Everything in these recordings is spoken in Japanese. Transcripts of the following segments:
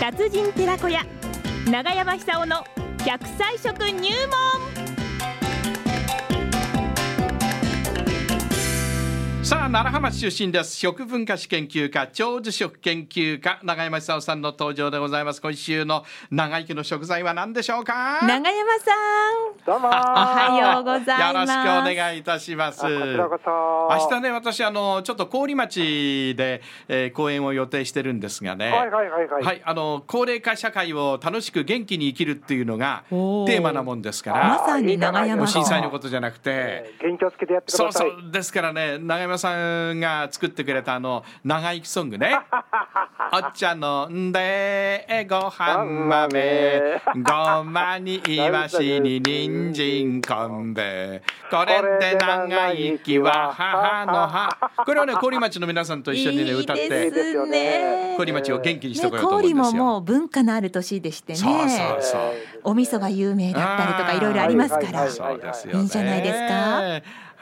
達人寺子屋長山久夫の百歳食入門さあ奈良浜市出身です食文化史研究家長寿食研究家永山久夫さんの登場でございます今週の長生きの食材は何でしょうかよ長山さんどうもおおはようございまろしすくお願いいたしますこちらこそ明日ね私あのちょっと郡町で、えー公演を予定してるんですがねはいはいはいはい、はい、あの高齢化社会を楽しく元気に生きるっていうのがテおーーマなもんですかまらさに長あ山もうさん震災のことじゃなくて。えー元気をつけてやってくそだうさそいうですからね永山さんが作ってくれたあの長生きソング ね「お茶飲んでご飯豆ごまにイワシに人参昆布これで長生きは母の母」 これをね郡町の皆さんと一緒にね歌っいいてですね郡町を元気にしてねこようと思うんで氷すよ。ももう文化のある年でしてねそうそうそうお味噌が有名だったりとあかーいろいろありますかはらいはいそうですよ、ね。いいんじゃないですか。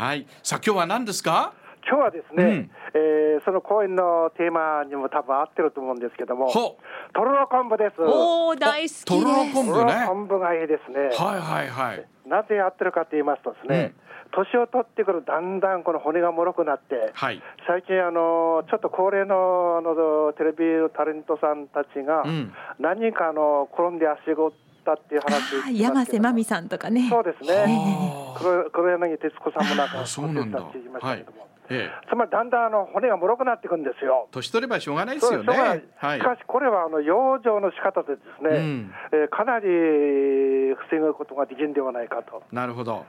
はい。さあ今日は何ですか。今日はですね、うんえーその公演のテーマにも多分合ってると思うんですけどもとほろろ昆布ですとおお大好きですとろろ昆ろ布ろね。昆布がいいですね、はいはいはい。なぜ合ってるかと言いますとですね、年を取ってくるとだんだんこの骨がもろくなって、はい。最近あのちょっと高齢のあのテレビのタレントさんたちが、うん何人かあの転んで足ごったっていう話あー山瀬まみさんとかねそうですあねー黒黒柳徹子さんもなんかあそうなんだ骨折たって言いましたけども、ええ。つまりだんだんあの骨がもろくなっていくんですよ。年取ればしょうがないですよね。そうですはいし。かしこれはあの養生の仕方でですね、うんえーかなり防ぐことができるんではないかと。なるほど。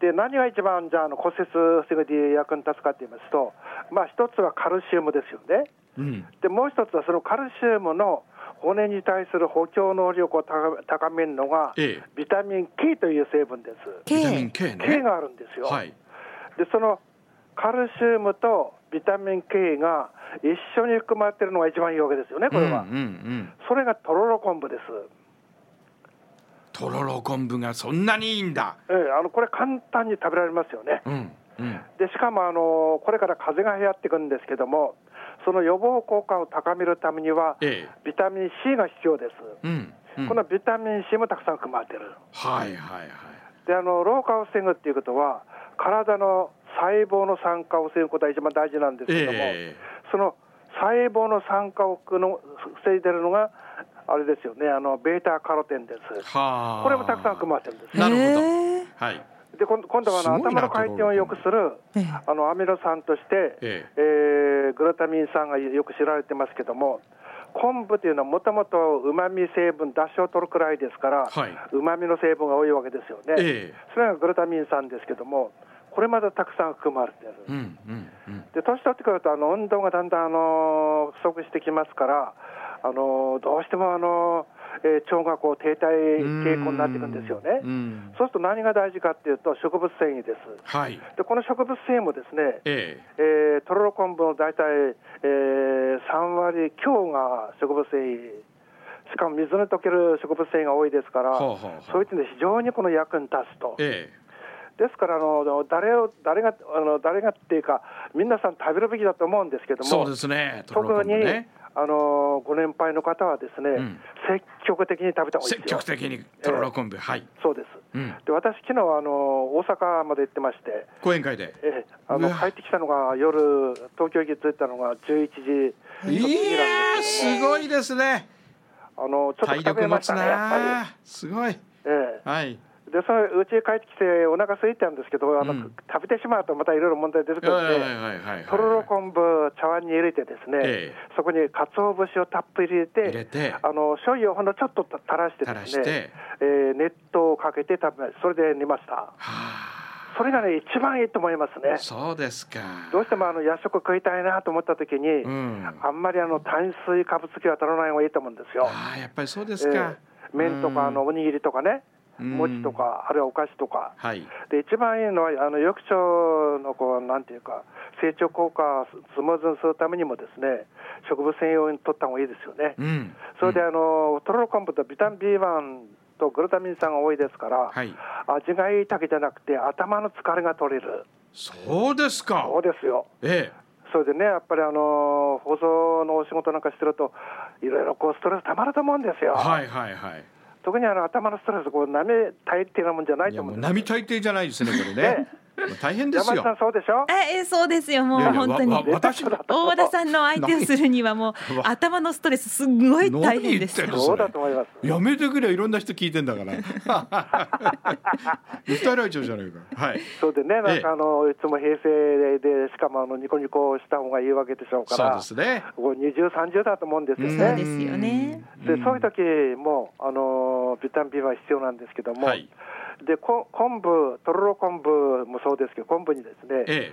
で何が一番じゃああの骨折防ぐで役に立つかと言いますと、まあ一つはカルシウムですよね。うん。でもう一つはそのカルシウムの骨に対する補強能力を高め高めるのが、ええ。ビタミン K という成分です。ビタミン K K K ね。があるんですよ。はい。でそのカルシウムとビタミン K が一緒に含まれてるのが一番いいわけですよね、これは。うんうんうん。それがとろろ昆布です。とろろ昆布がそんなにいいんだ。ええあのこれ簡単に食べられますよね。うんうん。でしかもあのこれから風邪が流行っていくんですけども、その予防効果を高めるためにはえビタミン C が必要です。え。うん。うんこのビタミン C もたくさん含まれてる。はいはいはい。であの老化を防ぐっていうことは体の細胞の酸化を防ぐことが一番大事なんですけども、えその細胞の酸化をの防いでるのがあれですよねあのベータカロテンでえ。すはあ。これもたくさん含まれてるんですなるほどへーはい。で今今度はあのすごいな頭の回転を良くするええあのアミノ酸として、えええーグルタミン酸がよく知られてますけども昆布というのはもともとうまみ成分出汁を取るくらいですからはいうまみの成分が多いわけですよね、えそれがグルタミン酸ですけども、これまでたくさん含まれてる。え。うんうんうん。で年取ってくるとあの運動がだんだんあの不足してきますから、あのどうしてもあの、えー腸がこう停滞傾向になっていくんですよね。うんそうすると何が大事かっていうと植物繊維です。はい。でこの植物繊維もですね、ええー、とろろ昆布の大体、えー、3割強が植物繊維。しかも水に溶ける植物繊維が多いですから、ほうほうほうそういったので非常にこの役に立つとえ。。ええ。ですからあの誰を誰があの誰がっていうか皆さん食べるべきだと思うんですけどもそうですね。と特ろろに昆布ね。あのご年配の方はですね、ん積極的に食べた方がいい積ですよ極的にとろろ昆布、はい。そうです、うんで私昨日あの大阪まで行ってまして、講演会で。えあうのわ帰ってきたのが夜東京駅着いたのが11時いやーすごいですね。あのちょっと体食力べ持ましつたねやっぱなー。すごい。り、えはい。え、でそのうち帰ってきてお腹空いたんですけどあの、うん食べてしまうとまたいろいろ問題出てくるはいはいんで、はいはい。とろろ昆布茶碗に入れてですね、ええそこに鰹節をたっぷり入れて入れてあの醤油をほんのちょっと垂らしてです垂らねしてえー熱湯をかけて食べましたそれで寝ましたはそれがね一番いいと思いますねあ。そうですか。どうしてもあの夜食食いたいなと思った時に、うんあんまりあの炭水化物系は取らない方がいいと思うんですよ、ああ、やっぱりそうですえか。え麺とうんかあのおにぎりとかねうん餅とかあるいはお菓子とかはい。で一番いいのはあの抑長のこうなんていうか成長効果をスムーズにするためにもですね植物繊維を取った方がいいですよね、うん。それであのとろろ昆布とビタミン B1 とグルタミン酸が多いですから、はい味がいいだけじゃなくて頭の疲れが取れるそうですか。そうですよえそそれでね、やっぱりあの放送のお仕事なんかしてると、いろいろこうストレスたまると思うんですよ、はいはいはい。特にあの頭のストレス、こうなめたいっていうようなもんじゃないいとや思もううんです並大抵じゃないですねこ れね。もう大変です山よ田さ。ん、そうでしょ、ええそうですよもういやいや本当にわわ私の大和田さんの相手をするにはもう何頭のストレスすごい大変です何言ってんよのそうだと思います。やめてくれいろんな人聞いてんだから。訴えられちゃうじゃないか。はい。そうでね、なんかあのいつも平成で、しかもあのニコニコした方がいいわけでしょうかそうら、ですね。こう20、30だと思うんですよそうねで。すよねでそういう時もあのビタミン B は必要なんですけども、はい。でこ昆布、とろろ昆布もそうですけど、昆布にですね、ええ。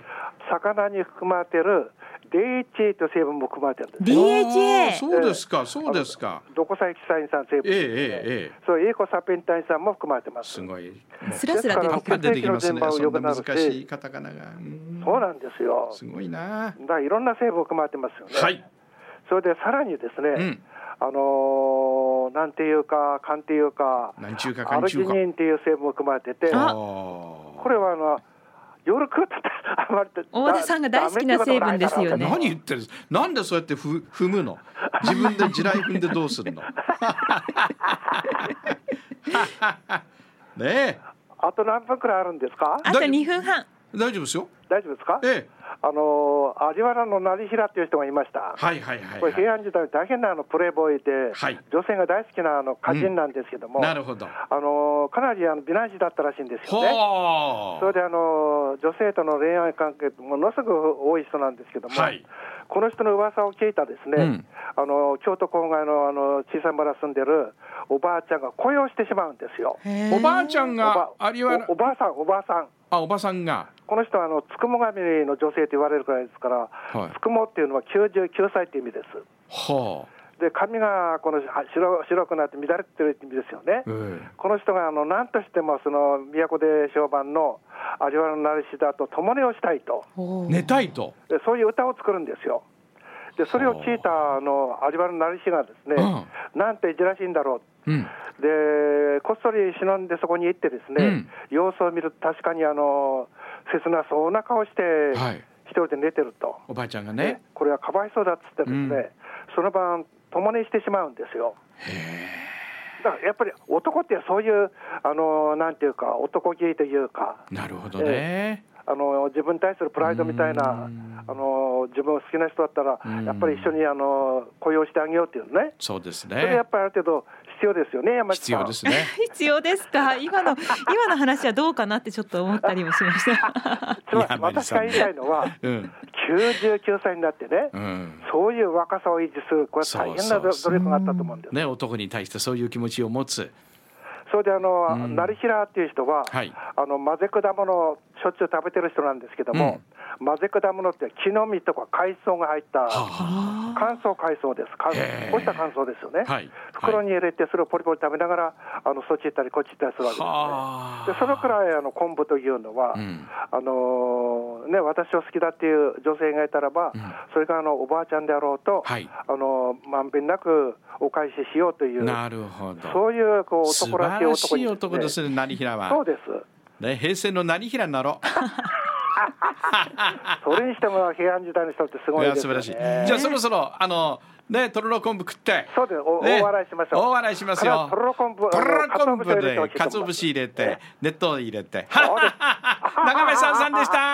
魚に含まれてる DHA という成分も含まれてるんです。あー DHA そうですかそうですか。ドコサエキサイン酸成分えええですね、えええ。そう、エコサペンタイン酸も含まれてます。すごい。もスラスラ出てくうる出てきますね。そん血液の順番なを良くな難るししいカタカナが。うんそうなんですよ。すごいな。だからいろんな成分含まれてますよね。はい。それでさらにですね、うん。あのーなんていうか、勘っていうか、何中華ア間ルギ中ニ華。ンっていう成分も含まれてて、あここれはあの夜食った らあまりだ大和田さんが大好きな成分ですよね何言ってるんですなんでそうやってふ踏むの自分で地雷踏んでどうするのねえあと何分くらいあるんですかあと2分半大丈夫ですよ大丈夫ですかええあのー有原の成平っていう人がいました、はいはいはい、これ平は安時代の大変なあのプレーボーイで、はい女性が大好きなあの歌人なんですけども、い、なるほどあのーかなりあの美男子だったらしいんですよね。ほそれであのー女性との恋愛関係ものすごく多い人なんですけども、はいこの人の噂を聞いたですね、うんあの京都郊外のあの小さい村住んでるおばあちゃんが雇用してしまうんですよ。うおばあちゃんんおばが有原おおばあさん、おばあさん、あおばさんがこの人はあのつくも神の女性と言われるくらいですから、はいつくもっていうのは99歳っていう意味です。はあで、髪がこのは白白くなって乱れてるって意味ですよね。えこの人があの何としてもその都で評判の有原成志だと共寝をしたいと。え寝たいと、でそういう歌を作るんですよ。でそれを聞いたあの有原成志がですね、なんていじらしいんだろううん、でこっそり忍んでそこに行ってですね、うん様子を見ると確かにあの切なそうな顔して、はい一人で寝てると、おばあちゃんがねでこれはかわいそうだっつってですね、うんその晩共寝してしまうんですよ。だからやっぱり男ってそういうあのなんていうか男気というかなるほどね、あの自分に対するプライドみたいなうんあの自分を好きな人だったらうんやっぱり一緒にあの雇用してあげようっていうのねそうですそれやねっぱりある程度必要ですよね山必下さん要ですね必要ですか今の今の話はどうかなってちょっと思ったりもしましたつまり山下私さがん言いたい のはうん99歳になってねうんそういう若さを維持するこれは大変なそう努そうそう努力があったと思うんですね、男に対してそういう気持ちを持つ。それであの、うん成平っていう人は、はいあの混ぜ果物をしょっちゅう食べてる人なんですけども、混ぜ果物って木の実とか海藻が入ったは 乾燥海藻です乾へーこうした乾燥ですよね、あ、はい。袋に。に入れてそれをポリポリ食べながらあのそっち行ったりこっち行ったりするわけはあ。ですねでそのくらいあの昆布というのは、うん。あのーね、私を好きだっていう女性がいたらば、うんそれがあのおばあちゃんであろうと、はいあのーまんべんなくお返ししようという、なるほど。そういうこう素男ら晴しいら男しにい男ですね、成平そはう。です、ね、平成の成平になろそれにしても平安時代の人ってすう。ごいいや、です、ね、素晴らしい。じゃあ、そろそろ、あの、ね、とろろ昆布食って。そうですおね大笑いしましょう大笑いしますからよ。とろろ昆布とろろ昆布あの鰹節を入れてほしで、いと思鰹節入れ て、熱湯入いますえれて。長目さんさんでした。